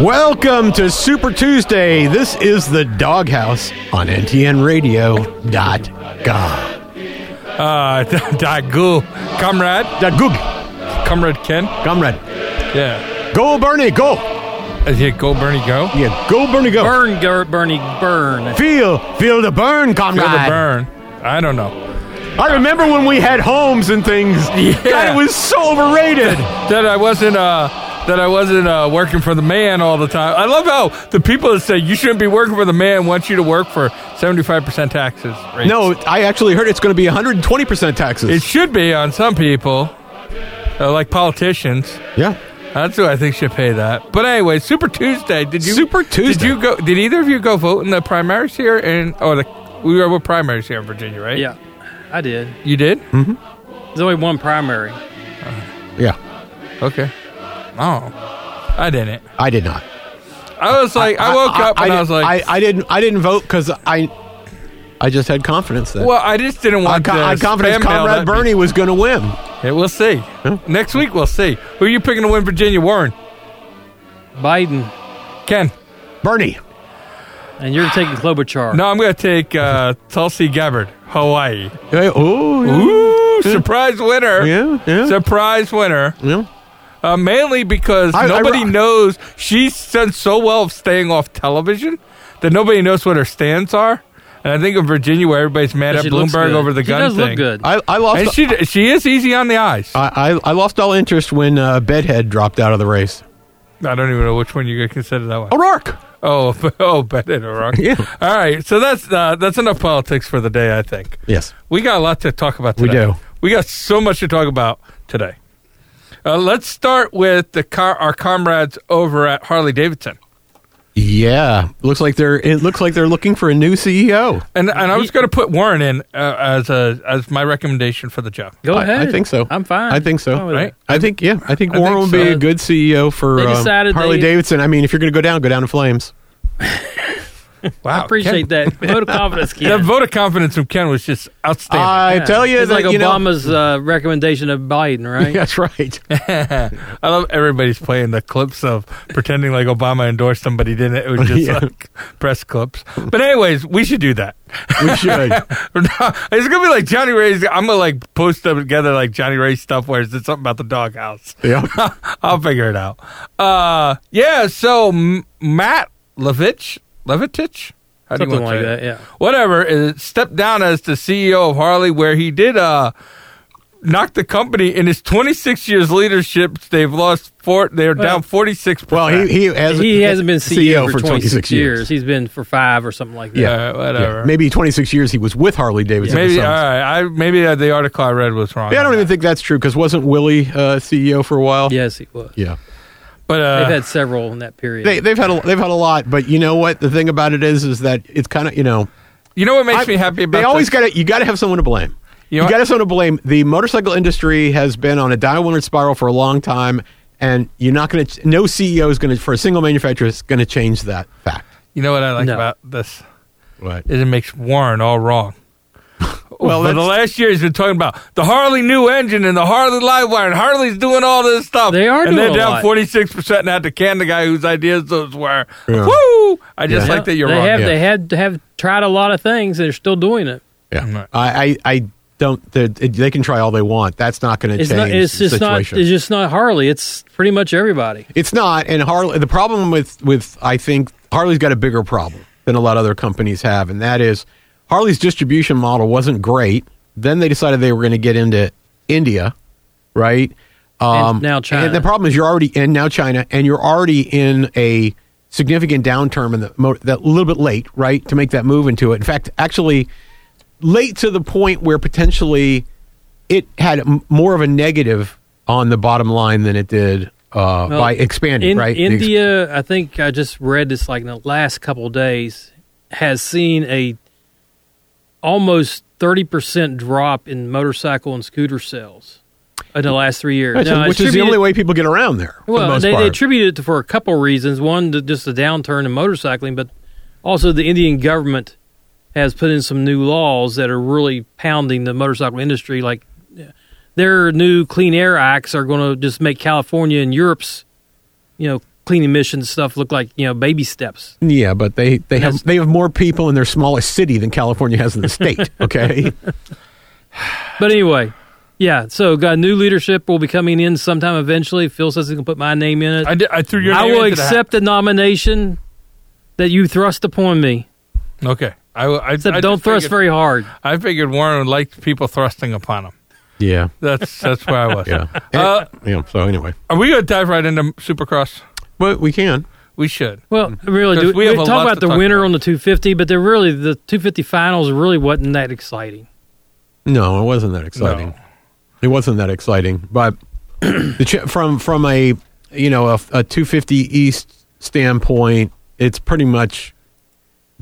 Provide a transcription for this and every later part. Welcome to Super Tuesday. This is the Doghouse on ntnradio.com. Uh, Dagu, comrade, Da Goog, comrade Ken. comrade. Yeah, Go, Bernie, go. Uh, yeah. Go Bernie, go. Yeah, go, Bernie, go. Burn, Ger- Bernie, burn. Feel, feel the burn, Feel comrade. the burn. I don't know. I remember when we had homes and things. Yeah. God, it was so overrated. That I wasn't. Uh, that I wasn't uh, working for the man all the time. I love how the people that say you shouldn't be working for the man want you to work for seventy-five percent taxes. rates. No, I actually heard it's going to be 120% taxes. it should be on some people, uh, like politicians. yeah. That's who I think should pay that. But anyway, Super Tuesday. Did you Super Did Tuesday. you go? Did either of you go vote in the primaries here? And or the we were with primaries here in Virginia, right? Yeah, I did. You did? Hmm. There's only one primary. Yeah, Okay. Oh, I didn't. I did not. I was like, I, woke up and I, was like, I, I didn't, I didn't vote because I, I just had confidence that. well, I just didn't I, want co- the I had confidence spam mail Comrade Hmm. that- Bernie was going to win. Yeah, we'll see. Next week, we'll see. Who are you picking to win Virginia? Warren, Biden, Ken. Bernie. and you're taking Klobuchar. No, I'm going to take uh, Tulsi Gabbard, Hawaii. Hey, oh, yeah. Ooh, surprise winner. Yeah, yeah. Surprise winner. Yeah. Uh, mainly because I- I- nobody knows. She's done so well of staying off television that nobody knows what her stance are. And I think in Virginia, where everybody's mad But at she looks Bloomberg good. over the gun She does thing. look good. I, I lost. And she she is easy on the eyes. I I, I, I lost all interest when uh, Bedhead dropped out of the race. don't even know which one you could consider that one. O'Rourke. Oh, oh, bet it rock. Yeah. All right, so that's uh, that's enough politics for the day. I think Yes. we got a lot to talk about. We Today. do. We got so much to talk about today. Uh, let's start with the car, our comrades over at Harley Davidson. Yeah. Looks like they're. It looks like they're looking for a new E CEO. And and I was going to put Warren in uh, as a as my recommendation for the job. Go I- ahead. I think so. I'm fine. I think Fine so. with Right? I think yeah. I think I Warren think would be so. a good CEO for They um, decided Harley they- Davidson. I mean, if you're going to go down, go down in flames. Wow, I appreciate Ken, that. Vote of confidence, Ken. That vote of confidence from Ken was just outstanding. I Yeah. tell you it's that like you know- Obama's uh, recommendation of Biden, right? That's right. Uh, I love everybody's playing the clips of pretending like Obama endorsed them, but he didn't. It was just Yeah. like press clips. But anyways, we should do that. we should. it's gonna be like Johnny Ray's. I'm gonna like post them together like Johnny Ray stuff where it's something about the doghouse. Yeah. I'll figure it out. Uh, yeah. So M- Matt Levitch, Levitich, How do you Something want like to say it? that, yeah. Whatever. Is stepped down as the CEO of Harley, where he did uh knock the company in his 26 years leadership. They've lost four. They're down 46. Well, he he, has, He hasn't been E CEO, for 26, 26 years. He's been for five or something like that. Yeah. Uh, whatever. Yeah, Maybe 26 years he was with Harley Davidson. or Maybe all something. right. I maybe uh, the article I read was wrong. Yeah, I on don't even that. think that's true because wasn't Willie uh, CEO for a while? Yes, he was. Yeah. But uh, They've had several in that period. They, they've had a, they've had a lot, but you know what? The thing about it is, is that it's kind of you know you know what makes I- me happy about they always this? got to you got to have someone to blame. You You, know what? got to have someone to blame. The motorcycle industry has been on a downward spiral for a long time, and you're not going to. No CEO is going to for a single manufacturer is going to change that fact. You know what I like No. about this. Right. is it makes Warren all wrong. Well, well, for the that's- last year he's been talking about the Harley new engine and the Harley live wire, and Harley's doing all this stuff. They are and doing they're a down lot. forty six percent and had to can the guy whose ideas those were. Yeah. Woo! I just Yeah. like that you're they wrong. Have, yeah. They had have tried a lot of things and they're still doing it. Yeah. I I, I don't. They, they can try all they want. That's not going to It's change not. It's the just not. It's situation. just not Harley. It's pretty much everybody. It's not, and Harley. The problem with with I think Harley's got a bigger problem than a lot of other companies have, and that is Harley's distribution model wasn't great. Then they decided they were going to get into India, right? Um, And now China. And the problem is you're already in now China, and you're already in a significant downturn in the mo- that little bit late, right, to make that move into it. In fact, actually, late to the point where potentially it had m- more of a negative on the bottom line than it did uh, Well, by expanding, In- right? The ex- India, I think I just read this like in the last couple of days, has seen a almost thirty percent drop in motorcycle and scooter sales in the last three years. Right, so- Now, I which is the attribute only it- way people get around there. for the Well, most they, they part. attribute it to, for a couple of reasons. One, to just the downturn in motorcycling, but also the Indian government has put in some new laws that are really pounding the motorcycle industry. Like their new Clean Air Acts are going to just make California and Europe's, you know, clean emissions stuff look like you know baby steps. Yeah, but they, they have That's- they have more people in their smallest city than California has in the state. Okay, But anyway, yeah. So got new leadership will be coming in sometime eventually. Phil says he can put my name in it. I, did, I threw your I name will into the hat. accept the nomination that you thrust upon me. Okay. I, I, I Except just don't thrust figured, very hard. I figured Warren would like people thrusting upon him. yeah, That's that's where I was. yeah, Uh, yeah. So anyway, Are we going to dive right into Supercross? but we can. We should. Well, really, 'Cause do, we we, have a lot talk to about the talk winner about. on the 250, but they're really the 250 finals really wasn't that exciting. No, it wasn't that exciting. It wasn't that exciting, but the ch- from from a you know a, a 250 East standpoint, it's pretty much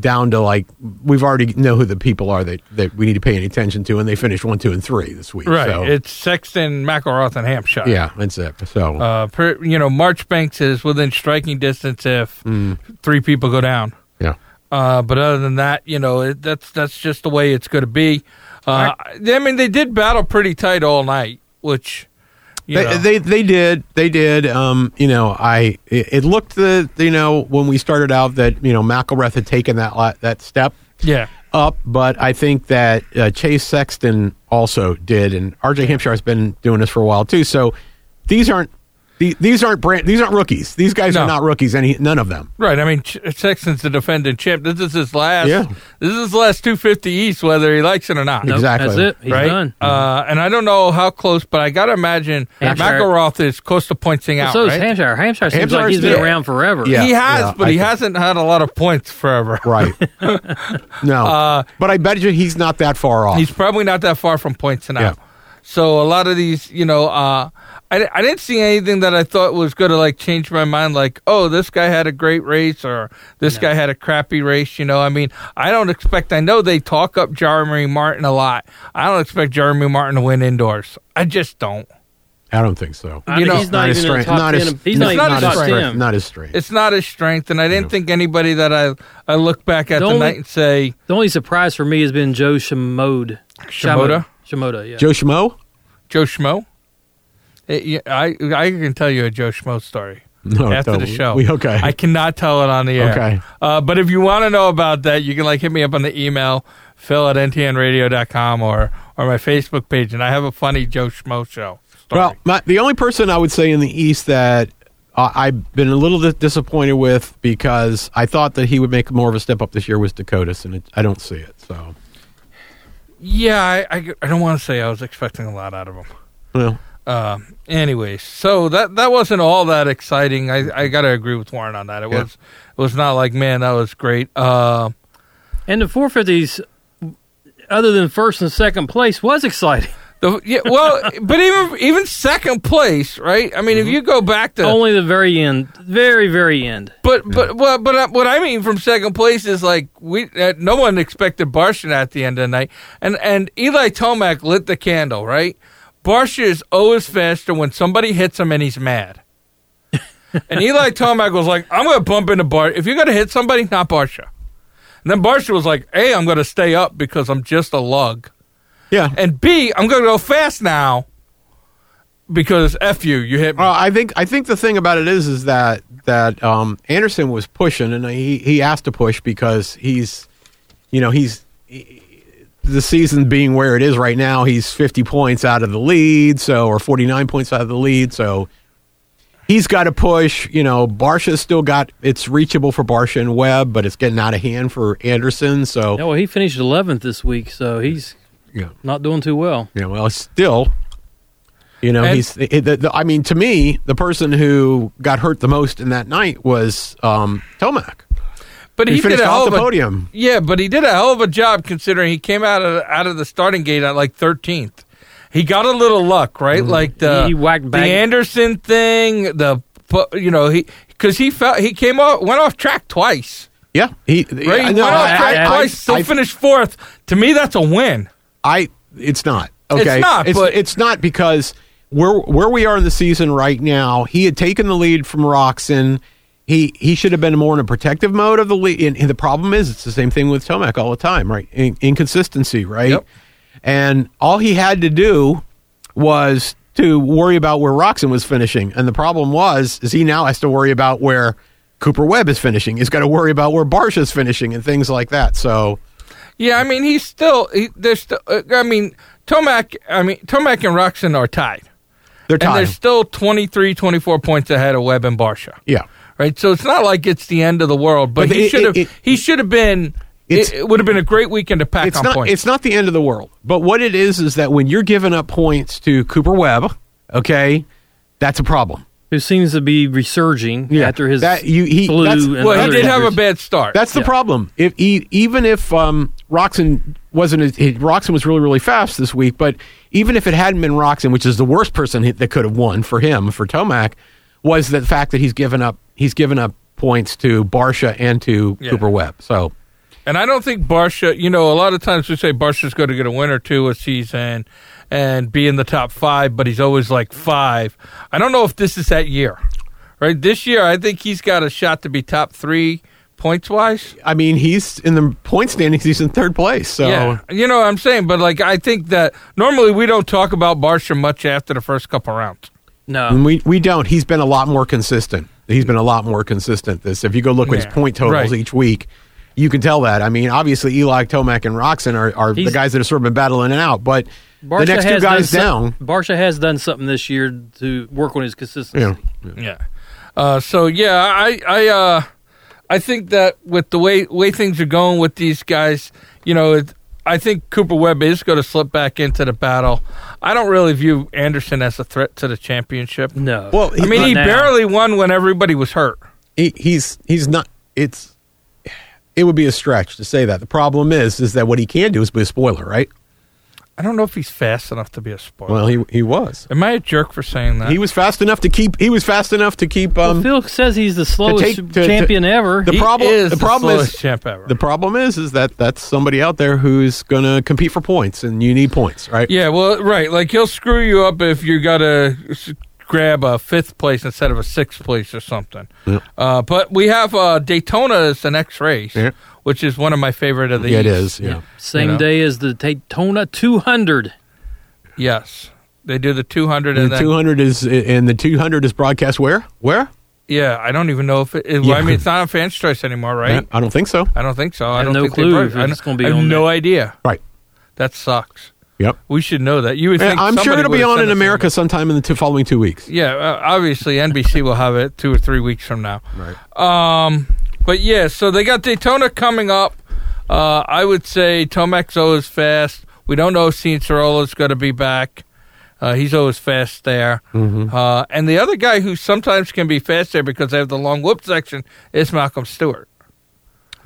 down to like we've already know who the people are that that we need to pay any attention to, and they finished one, two, and three this week. Right. So, It's Sexton, McElroth, and Hampshire. yeah, that's it. So Uh, per, you know, Marchbanks is within striking distance if Mm. three people go down. yeah, Uh, but other than that, you know, it, that's that's just the way it's going to be. Uh, I mean, they did battle pretty tight all night, which you they, know, they they did they did. Um, you know, I it, it looked the you know when we started out that you know McElrath had taken that la- that step. yeah. up, but I think that uh, Chase Sexton also did, and RJ Hampshire has been doing this for a while too. So these aren't the, these aren't brand these aren't rookies. These guys No. are not rookies. Any none of them. Right. I mean, Ch- Sexton's the defending champ. This is his last. Yeah. This is his last 250 East, whether he likes it or not. Exactly. That's it. He's Right. done. Uh, and I don't know how close, but I got to imagine Hampshire. McElroth is close to pointing out. so is right? Hampshire. Hampshire seems Hampshire's like he's been there. around forever. Yeah, he has, yeah, but I he think- hasn't had a lot of points forever. Right. no, Uh, but I bet you he's not that far off. He's probably not that far from points now. Yeah. So a lot of these, you know, uh, I, I didn't see anything that I thought was going to like change my mind. Like, oh, this guy had a great race, or this guy had a crappy race. You know, I mean, I don't expect. I know they talk up Jeremy Martin a lot. I don't expect Jeremy Martin to win indoors. I just don't. I don't think so. I think know, he's not, his even in the strength. top Not 10. his- he's no, not, even in the his top strength. 10. Not his strength. It's not his strength, and I didn't Yeah. think anybody that I I look back at The the only- night and say The only surprise for me has been Joe Shimode. Shimoda, Shimoda, yeah. Joe Schmo. Joe Schmo. It- yeah, I I can tell you a Joe Schmo story. No, after don't. the show. We, okay. I cannot tell it on the air. Okay. Uh, but if you want to know about that, you can like hit me up on the email, phil at ntnradio.com or, or my Facebook page. And I have a funny Joe Schmo show. story. Well, my, the only person I would say in the East that uh, I've been a little bit disappointed with because I thought that he would make more of a step up this year was Dakotas, and it, I don't see it. So, yeah, I, I, I don't want to say I was expecting a lot out of him. well, Uh, anyways, so that that wasn't all that exciting. I, I got to agree with Warren on that. It Yeah. was it was not like man that was great. Uh, And the 450s, other than first and second place, was exciting. the, yeah, well, but even even second place, right? I mean, if you go back to Only the very end, very very end. But but well, but uh, what I mean from second place is like we uh, no one expected Barsha at the end of the night, and and Eli Tomac lit the candle, right? Barsha is always faster when somebody hits him and he's mad. and Eli Tomac was like, "I'm going to bump into Bar. If you're going to hit somebody, not Barsha." And then Barsha was like, "A, I'm going to stay up because I'm just a lug, yeah. and B, I'm going to go fast now because f you, you hit me." Well, I think I think the thing about it is is that that um, Anderson was pushing, and he he asked to push because he's, you know, he's he- the season being where it is right now. He's fifty points out of the lead, so or forty nine points out of the lead, so he's got to push. You know, Barsha's still got it's reachable for Barsha and Webb, but it's getting out of hand for Anderson. So Yeah, well, he finished 11th this week, so he's yeah. not doing too well. Yeah, well, still, you know, And- he's. It, the, the, I mean, to me, the person who got hurt the most in that night was um, Tomac. But He he, did finished a hell off of the a- podium. Yeah, but he did a hell of a job considering he came out of out of the starting gate at like 13th. He got a little luck, right? Mm-hmm. Like the He- he whacked the back. Anderson thing, the pu- you know he because he felt he came off went off track twice. Yeah, he. Right, yeah, he no, went off I- track I- twice, still I- finished fourth. To me, that's a win. I it's not. Okay. not, It's, but- it's not because where where we are in the season right now, he had taken the lead from Roxon. He he should have been more in a protective mode of the lead. And, and the problem is it's the same thing with Tomac all the time, right? In, inconsistency, right? Yep. And all he had to do was to worry about where Roxon was finishing, and the problem was is he now has to worry about where Cooper Webb is finishing. He's got to worry about where Barsha is finishing and things like that. So Yeah, I mean, he's still. He, there's still. uh, I mean, Tomac. I mean, Tomac and Roxon are tied, they're and tied. they're still 23, 24 points ahead of Webb and Barsha. Yeah, Right, so it's not like it's the end of the world, but, But he it- should have. it- it- He should have been. It's- It, would have been a great weekend to pack it's on not points. it's not the end of the world. But what it is is that when you're giving up points to Cooper Webb, okay, that's a problem. who seems to be resurging Yeah. after his That- you- he- flu. that's- and well, he other did have a injuries. bad start. That's the Yeah. problem. If e even if um, Roxon wasn't, as, he- Roxon was really really fast this week. But even if it hadn't been Roxon, which is the worst person hit- that could have won for him for Tomac, was the fact that he's given up he's given up points to Barsha and to Yeah. Cooper Webb. So And I don't think Barsha, you know, a lot of times we say Barsha's going to get a win or two a season and be in the top five, but he's always like five. I don't know if this is that year, right? This year, I think he's got a shot to be top three points wise. I mean, he's in the point standings. He's in third place. So Yeah. You know what I'm saying? But like, I think that normally we don't talk about Barsha much after the first couple rounds. No, And we we don't. He's been a lot more consistent. He's been a lot more consistent. This, if you go look at Yeah, his point totals right. each week, you can tell that. I mean, obviously Eli Tomac and Roxon are, are the He's- guys that have sort of been battling it out, but the Barsha next two has guys done down. some- Barsha has done something this year to work on his consistency. Yeah. Yeah. Uh, so yeah, I I uh, I think that with the way way things are going with these guys, you know, it, I think Cooper Webb is going to slip back into the battle. I don't really view Anderson as a threat to the championship. No. Well, I mean, Not he now. barely won when everybody was hurt. he, he's he's not. It's it would be a stretch to say that. The problem is is that what he can do is be a spoiler, right? I don't know if he's fast enough to be a spoiler. Well, he he was. Am I a jerk for saying that? He was fast enough to keep. He was fast enough to keep. Well, Um, Phil says he's the slowest take- to- to- champion ever. the He problem. is the problem slowest is champ ever. The problem is, is that that's somebody out there who's going to compete for points, and you need points, right? Yeah, well, right. Like he'll screw you up if you got to grab a fifth place instead of a sixth place or something. Yeah. Uh, but we have uh, Daytona as the next race, Yeah. which is one of my favorite of the. Yeah, it East. is. Yeah. Same you know. day as the Daytona 200. Yes, they do the two hundred And and the then. two hundred is, and the two hundred is broadcast where? Where? Yeah, I don't even know if it. Well, I mean, it's not on Fans Choice anymore, right? I don't think so. I don't think so. I, I have don't no think clue they if brought- I it's don't- gonna be I have on no there. idea. Right. That sucks. Yep. We should know that. You would. And think I'm sure somebody it'll be would've on sent in us an America sometime in the two following two weeks. Yeah, uh, obviously NBC will have it two or three weeks from now. Right. Um, but yeah, so they got Daytona coming up. Uh, I would say Tomac's always fast. We don't know if Cianciarola's going to be back. Uh, he's always fast there. Mm-hmm. Uh, and the other guy who sometimes can be fast there because they have the long whip section is Malcolm Stewart.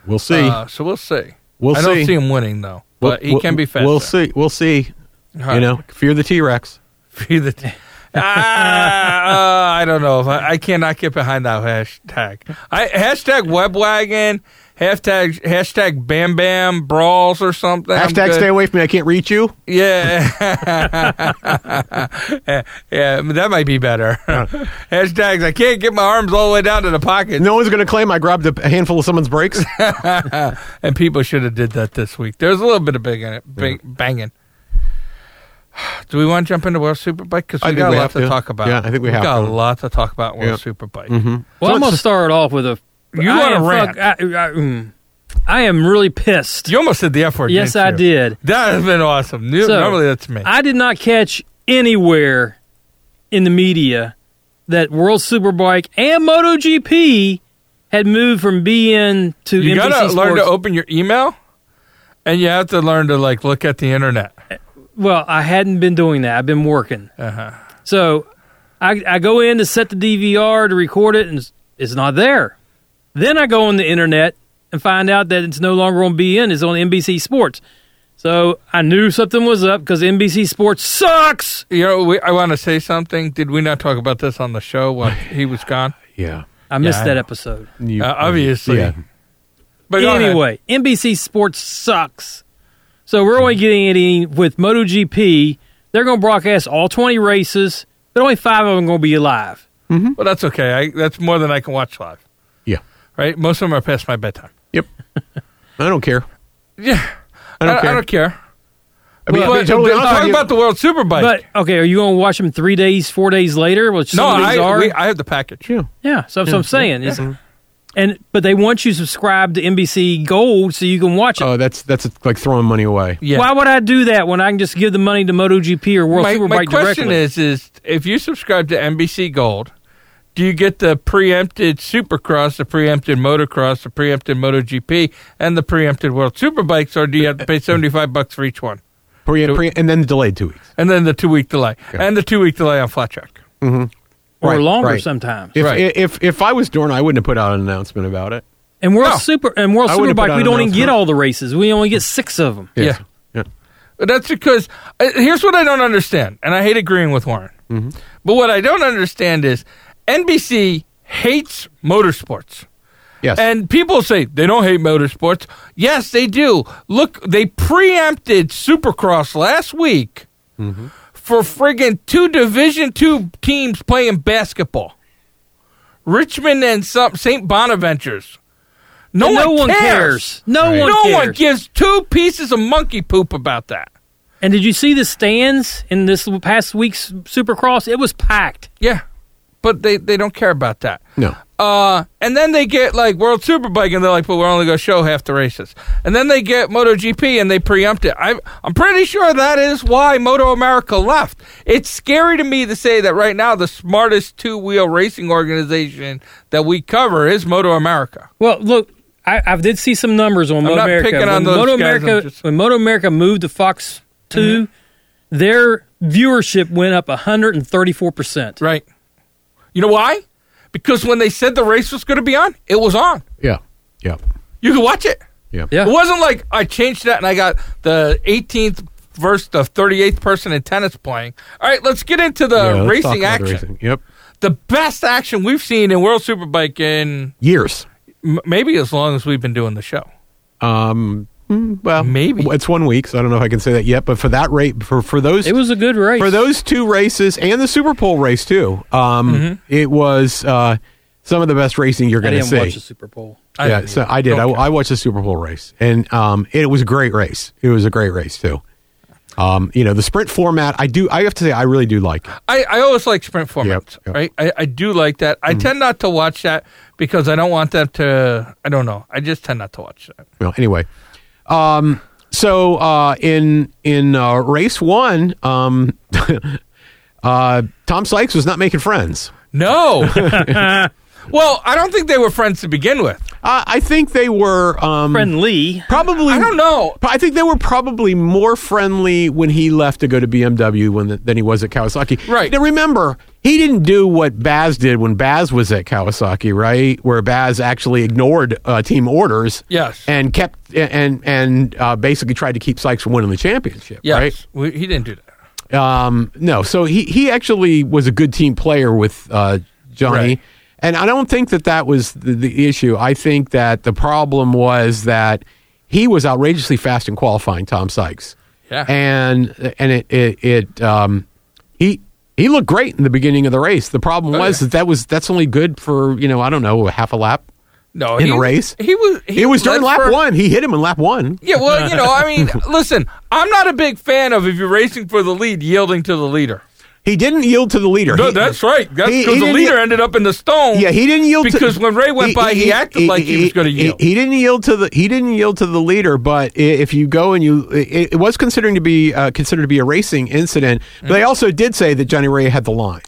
We'll see. Uh, so we'll see. We'll I don't see. see him winning though, We'll- but he we'll- can be fast. We'll there. see. We'll see. All You right. know, fear the T Rex. Be the t- ah, uh, I don't know. If I, I cannot get behind that hashtag. I hashtag webwagon, hashtag hashtag bam bam brawls or something. I'm Hashtag good. stay away from me. I can't reach you. Yeah, yeah, that might be better. Hashtags. I can't get my arms all the way down to the pocket. No one's going to claim I grabbed a handful of someone's brakes. and people should have did that this week. There's a little bit of big, big banging. Do we want to jump into World Superbike? Because I we think got we a lot have to, to. talk about. Yeah, I think we have got to. a lot to talk about in World Yeah. Mm-hmm. Superbike. Well, So I'm it's- going to start off with a. You I wanna am rant. fuck- I, I- mm. I am really pissed. You almost said the F word. yes, didn't I you? did. That has been awesome. You- So, normally that's me. I did not catch anywhere in the media that World Superbike and MotoGP had moved from BN to you NBC gotta Sports. learn to open your email, and you have to learn to like look at the internet. well, I hadn't been doing that. I've been working. Uh-huh. So I, I go in to set the DVR to record it, and it's- it's not there. Then I go on the internet and find out that it's no longer on BN, it's on NBC Sports. So I knew something was up because NBC Sports sucks. You know, we, I want to say something. Did we not talk about this on the show while he was gone? yeah. I missed I that know. episode. You- Uh, obviously. Yeah. But go ahead. anyway, NBC Sports sucks. So we're only getting it with MotoGP. They're going to broadcast all 20 races, but only five of them going to be live. Mm-hmm. Mm-hmm. well, that's okay. I, that's more than I can watch live. Yeah. Right? Most of them are past my bedtime. Yep. I don't care. Yeah, I don't care. I don't care. I mean, But- to be totally but honest with talk you- about the World Superbike. But okay, are you going to watch them three days, four days later? Which no, some of I, these are. we, I have the package. Yeah. yeah, so Mm-hmm. that's what I'm saying. Is, And but they want you subscribed to NBC Gold so you can watch it. Oh, that's that's like throwing money away. Uh, Yeah. Why would I do that when I can just give the money to MotoGP or World my, Superbike my question directly? is is if you subscribe to NBC Gold, do you get the preempted Supercross, the preempted Motocross, the preempted MotoGP, and the preempted World Superbikes, or do you have to pay seventy five bucks for each one, Pre- pre- and then delayed two weeks. and then the two week delay, and the two week delay on flat track? or Right, longer right. sometimes. If, Right. if if I was Dorn, I wouldn't have put out an announcement about it. and World No. Super and World I wouldn't put Superbike, out we an don't even get announcement. all the races. We only get six of them. Yeah. yeah. That's because uh, here's what I don't understand, and I hate agreeing with Warren. Mm-hmm. But what I don't understand is NBC hates motorsports. Yes. And people say they don't hate motorsports. Yes, they do. Look, they preempted Supercross last week Mm-hmm. for friggin' two Division two teams playing basketball. Richmond and some St. Bonaventure's. No, And one, cares. No Right. one No cares. one gives two pieces of monkey poop about that. and did you see the stands in this past week's Supercross? It was packed. Yeah, but they, they don't care about that. no. Uh, and then they get like World Superbike, and they're like, "But we're only going to show half the races." And then they get MotoGP, and they preempt it. I, I'm pretty sure that is why Moto America left. It's scary to me to say that right now the smartest two wheel racing organization that we cover is Moto America. Well, look, I, I did see some numbers on Moto not America. picking when on those Moto guys, I'm America just- when Moto America moved to Fox 2 Mm-hmm. their viewership went up 134 percent. Right? You know why? Because when they said the race was going to be on, it was on. Yeah. Yeah. You could watch it. Yeah. Yeah. It wasn't like I changed that and I got the 18th versus the 38th person in tennis playing. All right, let's get into the Yeah, let's talk racing about action. the Yep. The best action we've seen in World Superbike in Years. m- maybe as long as we've been doing the show. Um. mm, Well, Maybe. it's one week, so I don't know if I can say that yet. But for that rate, for for those It was a good race. for those two races and the Super Bowl race too, um, it was uh, some of the best racing you're Mm-hmm. I going to didn't see. watch the Super Bowl. I yeah, didn't so either. I did. I, Okay. I watched the Super Bowl race, and um, it was a great race. It was a great race too. Um, you know, the sprint format. I do. I have to say, I really do like. It. I, I always like sprint formats, yep. Mm-hmm. right? I, I do like that. I tend not to watch that because I don't want that to. I don't know. I just tend not to watch that. Well, anyway, um, so uh, in in uh, race one, um, uh, Tom Sykes was not making friends. No. well, I don't think they were friends to begin with. Uh, I think they were um, Friend Lee. Probably, I don't know. I think they were probably more friendly when he left to go to BMW when than he was at Kawasaki. Right. Now remember, he didn't do what Baz did when Baz was at Kawasaki, right? Where Baz actually ignored uh, team orders. Yes. And kept and and uh, basically tried to keep Sykes from winning the championship. Yes, Right. we, he didn't do that. Um, no, so he he actually was a good team player with uh, Johnny, Right. and I don't think that that was the, the issue. I think that the problem was that he was outrageously fast in qualifying, Tom Sykes. Yeah. and and it it, it um, he. He looked great in the beginning of the race. The problem Oh, was yeah. that that was that's only good for you know I don't know a half a lap No, in he, a race. He was. He it was during led lap for- one. He hit him in lap one. Yeah, well, you know, I mean, listen, I'm not a big fan of if you're racing for the lead, yielding to the leader. He didn't yield to the leader. No, He- that's right. That's he- he because the didn't leader yield- ended up in the stone. Yeah, he didn't yield to- because when Ray went by, he, acted like he, was going to he- yield. He, didn't yield to the he didn't yield to the leader. But i- if you go and you, it, it was considered to be uh, considered to be a racing incident. But Mm-hmm. they also did say that Johnny Ray had the line.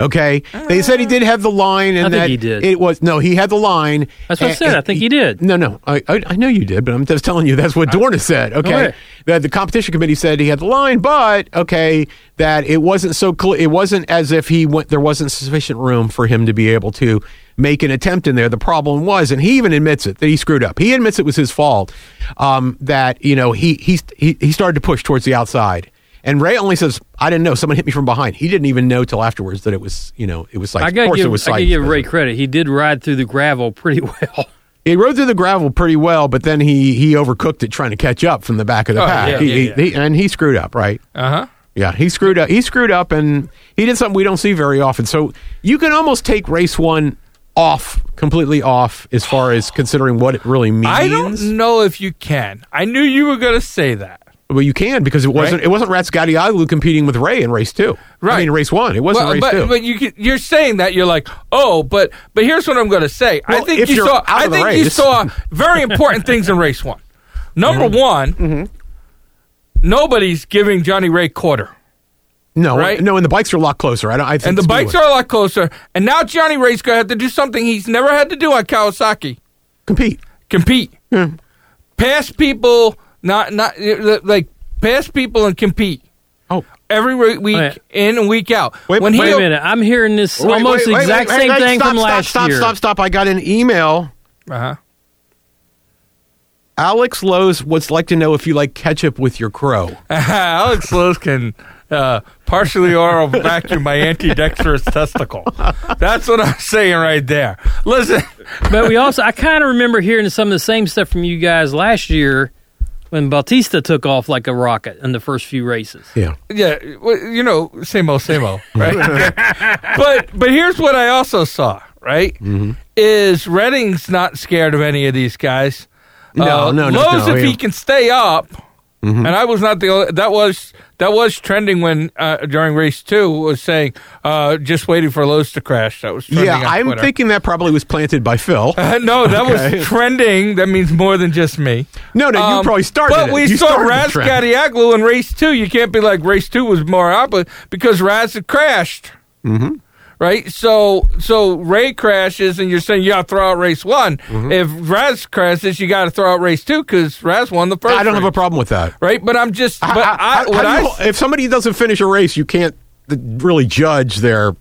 Okay, they said he did have the line, and Uh, I think that he did. It was no, he had the line. That's what I and- said. I think he did. No, no, I, I, I know you did, but I'm just telling you that's what Dorna said. Okay, Okay. that the competition committee said he had the line, but okay, that it wasn't so clear. It wasn't as if he went. There wasn't sufficient room for him to be able to make an attempt in there. The problem was, and he even admits it that he screwed up. He admits it was his fault. Um, that you know he he he he started to push towards the outside. And Ray only says, "I didn't know. Someone hit me from behind." He didn't even know till afterwards that it was, you know, it was like. I of gotta course, give, it was I gotta Sykes, give but- Ray credit. He did ride through the gravel pretty well. he rode through the gravel pretty well, but then he he overcooked it trying to catch up from the back of the Oh, pack. yeah, he, yeah, he- he- and he screwed up, right? Uh huh. Yeah, he screwed up. He screwed up, and he did something we don't see very often. So you can almost take race one off completely off as far as considering what it really means. I don't know if you can. I knew you were going to say that. Well, you can because it wasn't Right. it wasn't Ratsgadioglu competing with Ray in race two. Right. I mean, race one. It wasn't Well, race but, two. but you could- you're saying that you're like oh but but here's what I'm going to say I Well, think if you you're saw out I of the think you race. saw very important things in race one. Number Mm-hmm. one, nobody's giving Johnny Ray quarter, no, right? no, and the bikes are a lot closer. I don't. I think and the it's bikes Speedway. are a lot closer. And now Johnny Ray's going to have to do something he's never had to do on Kawasaki: compete. compete, pass people, not not uh, like pass people and compete Oh, every re- week Wait. in and week out. Wait- when he Wait a minute. I'm hearing this almost the exact same thing stop, from stop, last stop, year. Stop, stop, I got an email. Uh-huh. Alex Lowe's would like to know if you like ketchup with your crow. Alex Lowe's can uh, partially oral vacuum my antidextrous testicle. That's what I'm saying right there. Listen, but we also, I kind of remember hearing some of the same stuff from you guys last year when Bautista took off like a rocket in the first few races. Yeah. yeah, well, you know, same old, same old, right? but but here's what I also saw. Right? Mm-hmm. Is Redding's not scared of any of these guys? Uh, No, no, Mm-hmm. no, Lowe's, no, if yeah. he can stay up, and I was not the only, that was that was trending when uh, during race two was saying uh, just waiting for Lowe's to crash. That was trending Yeah, on I'm Twitter. thinking that probably was planted by Phil. Uh, no, that was trending. That means more than just me. No, no, you probably started Um, But it. we You saw started the Raz trend. Gadiaglu in race two. You can't be like race two was more opposite because Raz had crashed. Mm-hmm. Right? So so Ray crashes, and you're saying you got to throw out race one. Mm-hmm. If Raz crashes, you got to throw out race two because Raz won the first. I don't have a race. problem with that. Right? But I'm just. But How- I, how- what how I, do you- if somebody doesn't finish a race, you can't th- really judge their,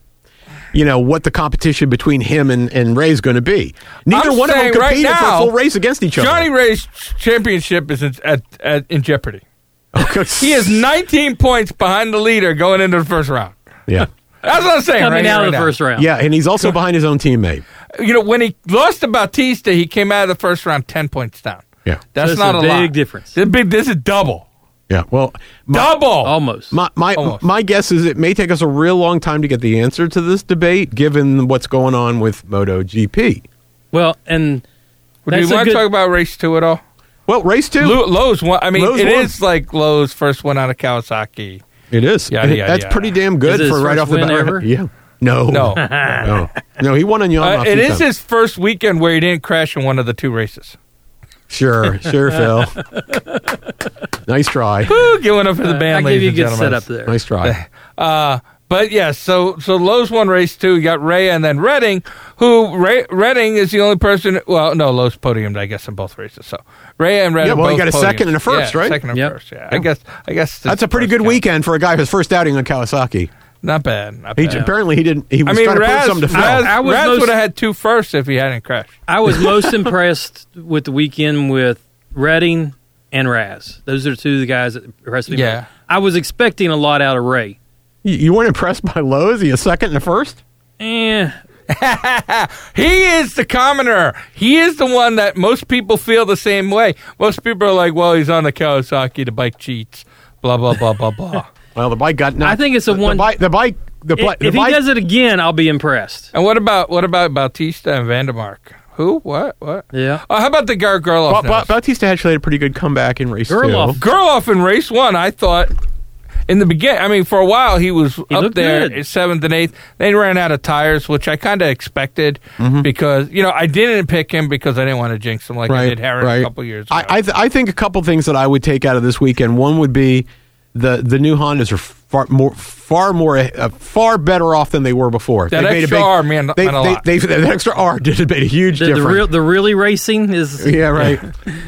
you know, what the competition between him and, and Ray's going to be. Neither I'm one of them saying right competed for now, a full race against each other. Johnny Ray's championship is in, at, at, in jeopardy. Okay. He is 19 points behind the leader going into the first round. Yeah. That's what I'm saying. Coming right out here, of the right first round. Yeah, and he's also behind his own teammate. now. You know, when he lost to Bautista, he came out of the first round ten points down. Yeah. That's That's not a a, big lot. difference. This, big, this is double. Yeah. Well, my, Double. Almost. my my, Almost. my guess is it may take us a real long time to get the answer to this debate, given what's going on with MotoGP. well, and Do you that's a want good- to talk about race two at all? Well, race two. Lo- Lowe's one. I mean, it Lowe's is won. like Lowe's first one out of Kawasaki. It is. Yada, yada, That's yada. pretty damn good Is it for his right first off the win bat. ever? Yeah. No. No. no. No, he won on Yamaha. a Uh, it few is times. his first weekend where he didn't crash in one of the two races. Sure, sure, Phil. nice try. Woo, giving up for the Uh, I band, give ladies you a and good gentlemen. setup there. Nice try. Uh, but yeah, so so Lowe's won race two. You got Ray and then Redding, who Ray, Redding is the only person. Well, no, Lowe's podiumed, I guess, in both races. So Ray and Redding. Yeah, well, you both got a second podiumed. and a first, Yeah, right? Second and Yep. first. Yeah, I guess. I guess That's a pretty first good count. weekend for a guy who's first outing on Kawasaki. Not bad. Not He bad. apparently he didn't. He I was mean, trying to prove Raz, something to Phil. Raz, I was Raz most- would have had two firsts if he hadn't crashed. I was most impressed with the weekend with Redding and Raz. Those are two of the guys that impressed me. Yeah. I was expecting a lot out of Ray. You- you weren't impressed by Lowe's? He a second and a first? Eh, He is the commoner. He is the one that most people feel the same way. Most people are like, well, he's on the Kawasaki, the bike cheats, blah, blah, blah, blah, blah. Well, the bike got. I think it's a the, one- The bike. The bike. The, pla- if, the if he bike. does it again, I'll be impressed. And what about what about Bautista and Vandermark? Who? What? What? Yeah. Oh, how about the Gar Gerloff? Ba- Ba- Ba- Bautista actually had a pretty good comeback in race Gerloff. two. Gerloff in race one, I thought in the beginning. I mean, for a while he was up looked there good. seventh and eighth. They ran out of tires, which I kind of expected Mm-hmm. because you know I didn't pick him because I didn't want to jinx him like I Right, did Harris right. a couple years ago. I I, th- I think a couple things that I would take out of this weekend. One would be the the new Hondas are far more far more uh, far better off than they were before. That They made a extra big- R meant- they, meant a they- lot. they- that extra R did made a huge The, the difference. real, the really racing is. yeah, right.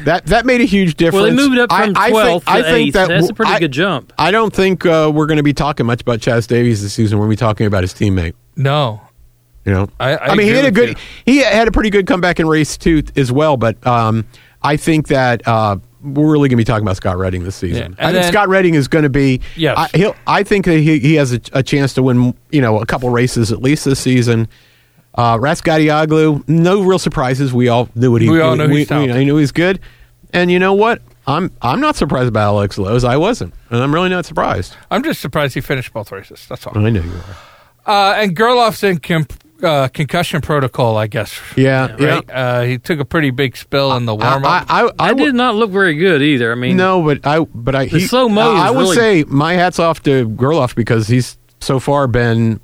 that that made a huge difference. Well, they moved up from I, I think, 12th to I think 8th. that That's w- a pretty I- good jump. I don't think uh, we're going to be talking much about Chaz Davies this season when we're talking about his teammate. no, You know, I- I mean, he agree had a with good, you. he had a pretty good comeback in race two th- as well. But um, I think that uh, we're really going to be talking about Scott Redding this Yeah. season. And I think then- Scott Redding is going to be. Yes. I, he'll, I think that he, he has a, a chance to win. You know, a couple races at least this season. Uh, Rascadioglu, no real surprises. We all knew what he. We all know we, he's we, talented. I knew he's good. And you know what? I'm I'm not surprised by Alex Lowe's. I wasn't, and I'm really not surprised. Mm. I'm just surprised he finished both races. That's all. I know you are. Uh, and Gerloff's in com- uh, uh, concussion protocol, I guess. Yeah, yeah. Right? Uh, he took a pretty big spill in the warm I, up. I, I, I, I did not look very good either. I mean, No, but I but I The slow mo I, I is would really- say my hats off to Gerloff because he's so far been,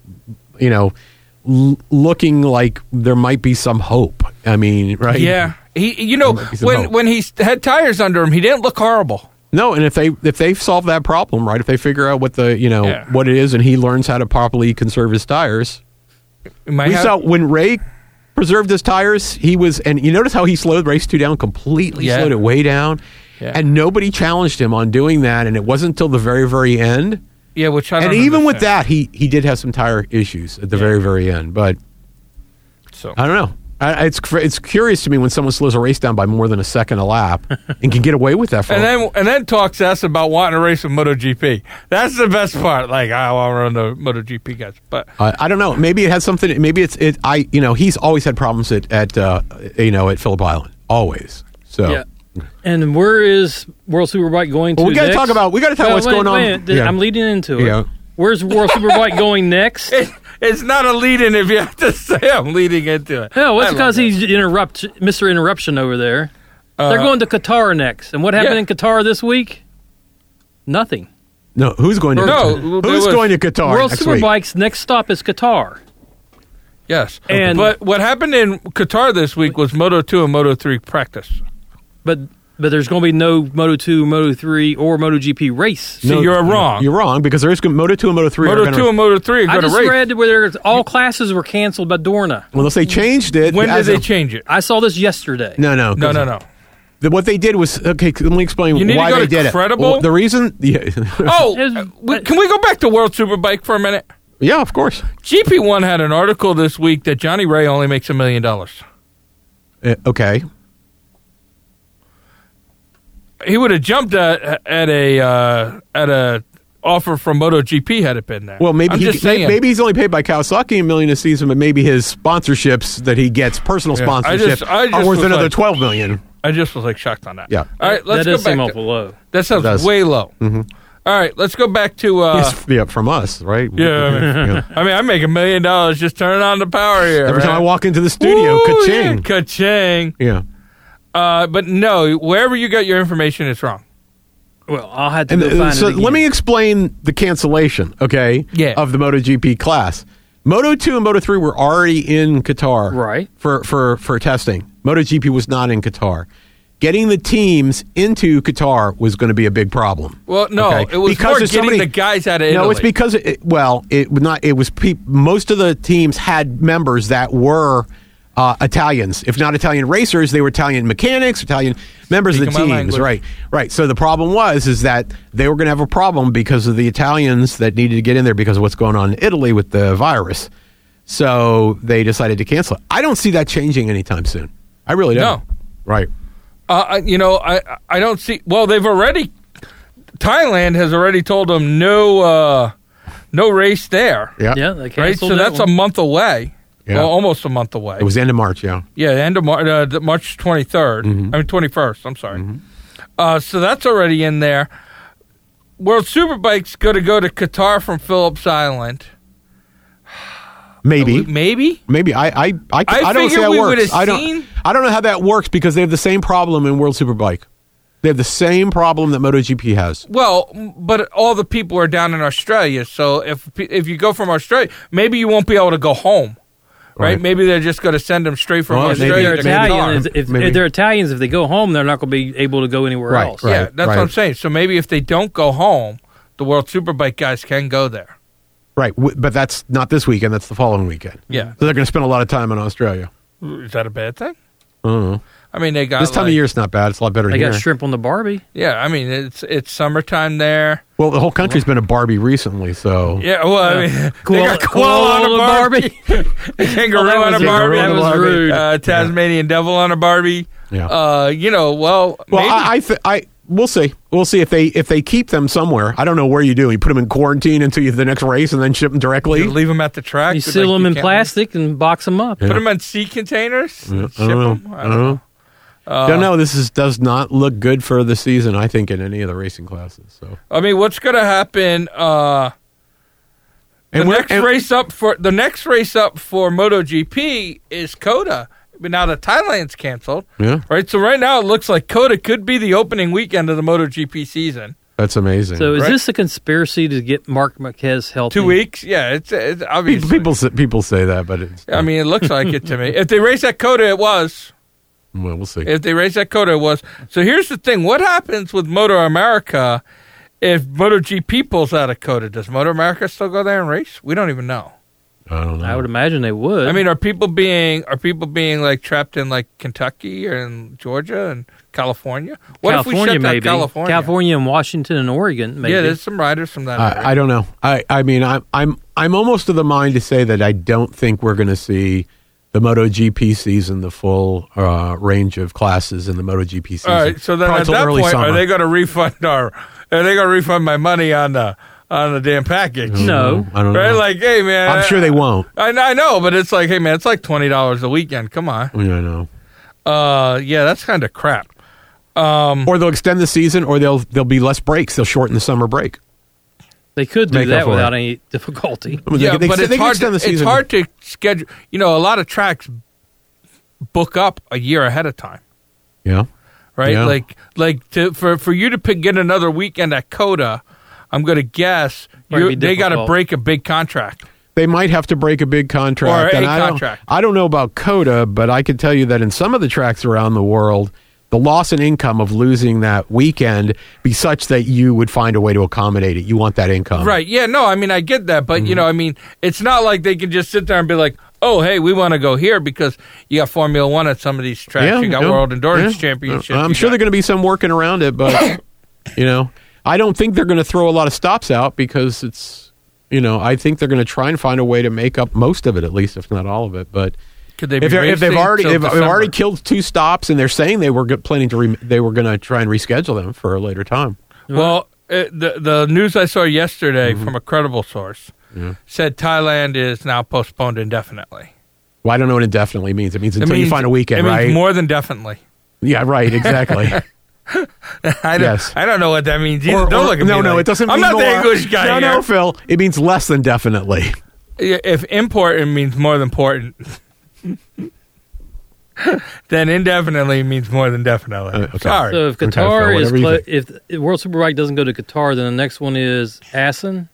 you know, l- looking like there might be some hope. I mean, right? Yeah, he. You know, He's a when moat. when he s- had tires under him, he didn't look horrible. No, and if they if they solve that problem, right? If they figure out what the you know Yeah. what it is, and he learns how to properly conserve his tires. He might We have- saw when Ray preserved his tires, he was, and you notice how he slowed race two down completely, Yeah. slowed it way down, Yeah. and nobody challenged him on doing that. And it wasn't until the very very end. yeah, which I don't and even with that, understand. he he did have some tire issues at the very very end. But so I don't know. I, it's cr- it's curious to me when someone slows a race down by more than a second a lap and can get away with that. For and then and then talks to us about wanting to race with MotoGP. That's the best part. Like I want to run the MotoGP guys, but I, I don't know. Maybe it has something. Maybe it's it. I you know he's always had problems at at uh, you know at Phillip Island always. So Yeah. And where is World Superbike going to? Well, we gotta next? talk about- we gotta talk Well, what's wait, going on. wait, th- Yeah. I'm leading into it. Yeah. Where's World Superbike going next? it, it's not a lead in if you have to say I'm leading into it. No, I it's love because that. he's interrupt Mr. Interruption over there. Uh, They're going to Qatar next. And what happened yeah. in Qatar this week? Nothing. no, who's going to No, there who's was- going to Qatar World next week? Superbike's next stop is Qatar. Yes, And- but what happened in Qatar this week was Moto two and Moto three practice. But but there's going to be no Moto 2, Moto 3, or Moto GP race. See, you're wrong. You're wrong because there's gonna- Moto two and Moto three. are Moto gonna- two and Moto three are I going just to race. read where there's- all classes were canceled by Dorna. well, if they changed it, when did as they of- change it? I saw this yesterday. No, no, No, 'cause no, no. The, what they did was okay. Let me explain You need to why go they to did Credible? it. Well, the reason, yeah, Oh, It was- uh, we- can we go back to World Superbike for a minute? yeah, of course. GP1 had an article this week that Johnny Ray only makes a million dollars. Uh, okay, He would have jumped at, at a uh, at a offer from MotoGP had it been there. well maybe I'm he, just may- saying. maybe he's only paid by Kawasaki a million a season, but maybe his sponsorships that he gets, personal Yeah, I sponsorships, just- I just are worth was another like- twelve million. I just was like shocked on that. Yeah. All right, let's that go does back. seem to- awful low. that sounds It does. Mm-hmm. way low. All right, let's go back to. Uh, Yes, yeah, from us, right? Yeah, I mean- Yeah. I mean, I make a million dollars just turning on the power here. Every right? time I walk into the studio, Ooh, ka-ching. Yeah, ka-ching. Yeah. Uh, but no, wherever you got your information, it's wrong. Well, I'll have to And go uh, find so it again. let me explain the cancellation, okay? Yeah. Of the MotoGP class. Moto two and Moto three were already in Qatar, Right. For for for testing. MotoGP was not in Qatar. Getting the teams into Qatar was going to be a big problem. Well, no, Okay. it was Because more there's getting so many- the guys out of Italy. No, it's because it, well, it would not. It was peop most of the teams had members that were uh, Italians, if not Italian racers, they were Italian mechanics, Italian members of the Speaking my teams. language. Right, right. So the problem was is that they were going to have a problem because of the Italians that needed to get in there because of what's going on in Italy with the virus. So they decided to cancel it. I don't see that changing anytime soon. I really don't. No. Right. Uh, I- you know, I I don't see. Well, they've already Thailand has already told them no uh, no race there, Yeah. Yeah, they right? canceled So that that's one. a month away. Yeah. Well, almost a month away. It was the end of March. Yeah. yeah, the end of Mar- uh, the March twenty Mm-hmm. I mean twenty first. I'm sorry. Uh, so that's already in there. World Superbike's going to go to Qatar from Phillips Island. Maybe. maybe. Maybe I I I, I I don't see figure how we it would've works. I don't seen- I don't know how that works because they have the same problem in World Superbike. They have the same problem that MotoGP has. Well, m- but all the people are down in Australia, so if pe- if you go from Australia, maybe you won't be able to go home, right? Right. Maybe they're just going to send them straight from Well, maybe- Australia they're to maybe- Qatar. Italian. If, if, Maybe. if they're Italians, if they go home, they're not going to be able to go anywhere Right, else. right. yeah, that's what I'm right. saying. So maybe if they don't go home, the World Superbike guys can go there. Right, w- but that's not this weekend. That's the following weekend. Yeah. so they're going to spend a lot of time in Australia. Is that a bad thing? I don't know. I mean, they got This time like- of year is not bad. It's a lot better They here. got shrimp on the Barbie. Yeah, I mean, it's it's summertime there. well, the whole country's been a Barbie recently, so Yeah, well, I mean, they got koala on a Barbie, a kangaroo Well, that on a was- Barbie, that was rude. Uh, Tasmanian devil on a Barbie. Yeah. Uh, you know, well, Well, maybe. I I, th- I we'll see. We'll see if they if they keep them somewhere. I don't know where you do. You put them in quarantine until you the next race, and then ship them directly. You leave them at the track. You but, seal like, them in can't- plastic and box them up. Put them in sea containers. Yeah, and ship 'em? I don't know. Uh, don't know. This is does not look good for the season. I think in any of the racing classes. So I mean, what's going to happen? Uh, The And we're- next and- race up for the next race up for MotoGP is Coda. But now that Thailand's canceled, Yeah. right? So right now it looks like Coda could be the opening weekend of the MotoGP season. That's amazing. So is Right. this a conspiracy to get Mark Marquez healthy? Hmm. Two weeks, yeah. It's, it's people, obviously. people say, people say that, but it's, I mean, it looks like it to me. If they race at Coda, it was. well, we'll see. If they race at Coda, it was. So here's the thing: what happens with Moto America if MotoGP pulls out of Coda? Does Moto America still go there and race? We don't even know. I don't know. I would imagine they would. I mean, are people being are people being like trapped in like Kentucky or in Georgia and California? What if we California shut down maybe. California? and Washington and Oregon. Maybe. Yeah, there's some riders from that. area. I, I don't know. I, I mean, I'm I'm I'm almost of the mind to say that I don't think we're going to see the MotoGP season, the full uh, range of classes in the MotoGP season. All right, so then Probably at till that early point, are summer. they going to refund our? Are they going to refund my money on the on the damn package? No. I don't know. Right, like, hey man, I'm sure they won't. I, I know, but it's like, hey man, it's like twenty dollars a weekend. Come on, I, mean, I know. uh, yeah, that's kind of crap. Um, Or they'll extend the season, or they'll there'll be less breaks. They'll shorten the summer break. They could do Make up that for it. without any difficulty. I mean, yeah, they, but they, it's they can hard. extend To, the season. it's hard to schedule. You know, a lot of tracks book up a year ahead of time, Yeah. right? Yeah. Like, like to for for you to pick, get another weekend at Coda, I'm going to guess Might you be they got to difficult. break a big contract. they might have to break a big contract. Or a and I don't- contract. I don't know about Coda, but I can tell you that in some of the tracks around the world, the loss in income of losing that weekend be such that you would find a way to accommodate it. You want that income, Right. Yeah. No. I mean, I get that, but Mm-hmm. you know, I mean, it's not like they can just sit there and be like, "Oh, hey, we want to go here because you got Formula One at some of these tracks. Yeah, you got yeah, World Endurance yeah. Championships. I'm you sure got-" there's going to be some working around it, but you know, I don't think they're going to throw a lot of stops out because it's you know, I think they're going to try and find a way to make up most of it, at least if not all of it, but. Could they be if, they're- if they've racing already till they've, they've already December? killed two stops and they're saying they were go- planning to re- they were going to try and reschedule them for a later time. Well, uh the the news I saw yesterday Mm-hmm. from a credible source said Thailand is now postponed indefinitely. Well, I don't know what indefinitely means. It means It until you means- find a weekend, it means right? more than definitely. yeah, right. Exactly. I don't, Yes. I don't know what that means. either. Or- don't or- look at no, me no, like- it doesn't. I'm mean not more. the English guy. No, here. no, Phil. It means less than definitely. Yeah, if important means more than important, then indefinitely means more than definitely. Uh, okay. Sorry. So if Okay, Phil, Qatar is whatever you clo- think. if the World Superbike doesn't go to Qatar, then the next one is Assen,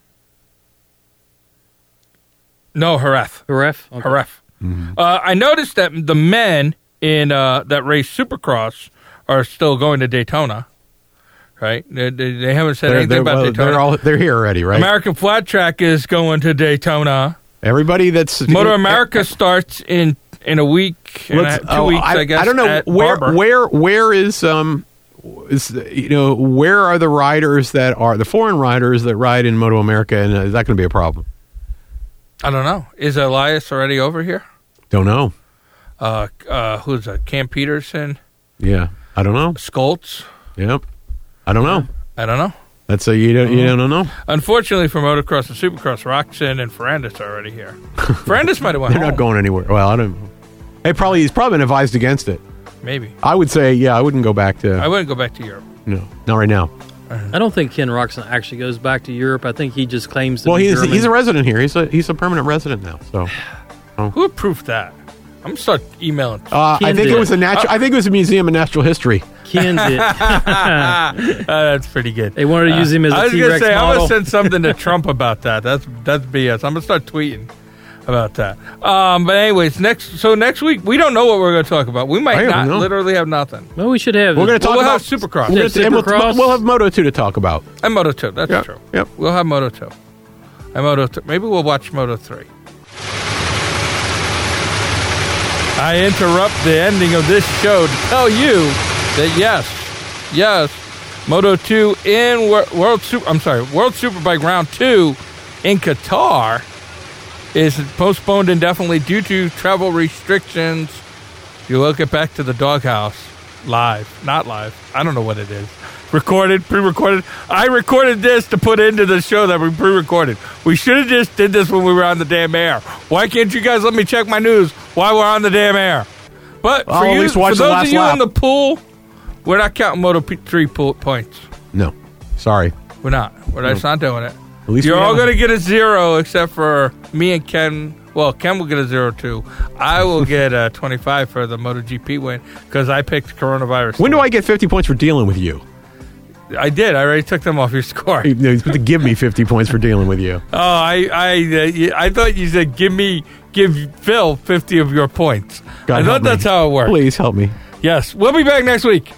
no, Haref. Haref. Okay. Haref. Mm-hmm. Uh, I noticed that the men in uh, that race Supercross are still going to Daytona, right? They, they, they haven't said They're, anything they're, about well, Daytona. they're all they're here already, right? American Flat Track is going to Daytona. Everybody that's Motor America starts in in a week, and a, Let's- two oh, weeks, I, guess. I don't know at where Barber. where where is um is you know where are the riders that are the foreign riders that ride in Moto America, and uh, is that going to be a problem? I don't know. Is Elias already over here? Don't know. uh, uh, who's that? Cam Peterson, Yeah, I don't know. Skoltz. Yep, I don't know. I don't know. That's a you don't you don't know. Unfortunately for motocross and supercross, Roxon and Ferrandis are already here. Ferrandis might have went They're home. not going anywhere. Well, I don't. They probably he's probably been advised against it. Maybe I would say, yeah, I wouldn't go back to. I wouldn't go back to Europe. no, not right now. I don't think Ken Roxon actually goes back to Europe. I think he just claims. To Well, be he's German. he's a resident here. He's a he's a permanent resident now. So Uh, Who approved that? I'm gonna start emailing. uh, I Ken think it did. was a natural. I think it was a museum of natural history. Ken did. Uh, that's pretty good. They wanted to use him as I a was T gonna Rex say I'm model. gonna send something to Trump about that. That's that's BS. I'm gonna start tweeting about that. Um, but anyways, next so next week we don't know what we're gonna talk about. We I might don't not know. literally have nothing. well, we should have. We're going to Well, talk we'll about have Supercross. We're gonna- Yeah, and we'll- Supercross. We'll have Moto two to talk about. And Moto 2. That's Yeah, true. yep. We'll have Moto 2. And Moto 3. Maybe we'll watch Moto 3. I interrupt the ending of this show to tell you that yes, yes, Moto 2 in Wor- World Super I'm sorry, World Superbike round 2 in Qatar is postponed indefinitely due to travel restrictions. You will get back to the doghouse live, not live. I don't know what it is. Recorded, pre-recorded. I recorded this to put into the show that we pre-recorded. We should have just did this when we were on the damn air. Why can't you guys let me check my news while we're on the damn air? But I'll for at you, least for watch the those last of you lap. in the pool, we're not counting Moto P- three pool points. No, sorry. Hmm. We're not. We're just not doing it. At least You're we all have- going to get a zero except for me and Ken. Well, Ken will get a zero too. I will get a 25 for the MotoGP win because I picked coronavirus. When do I get 50 points for dealing with you? I did. I already took them off your score. You know, He's supposed to give me 50 points for dealing with you. Oh, I I uh, y- I thought you said give me give Phil 50 of your points. God I help thought me. that's how it worked. Please help me. Yes, we'll be back next week.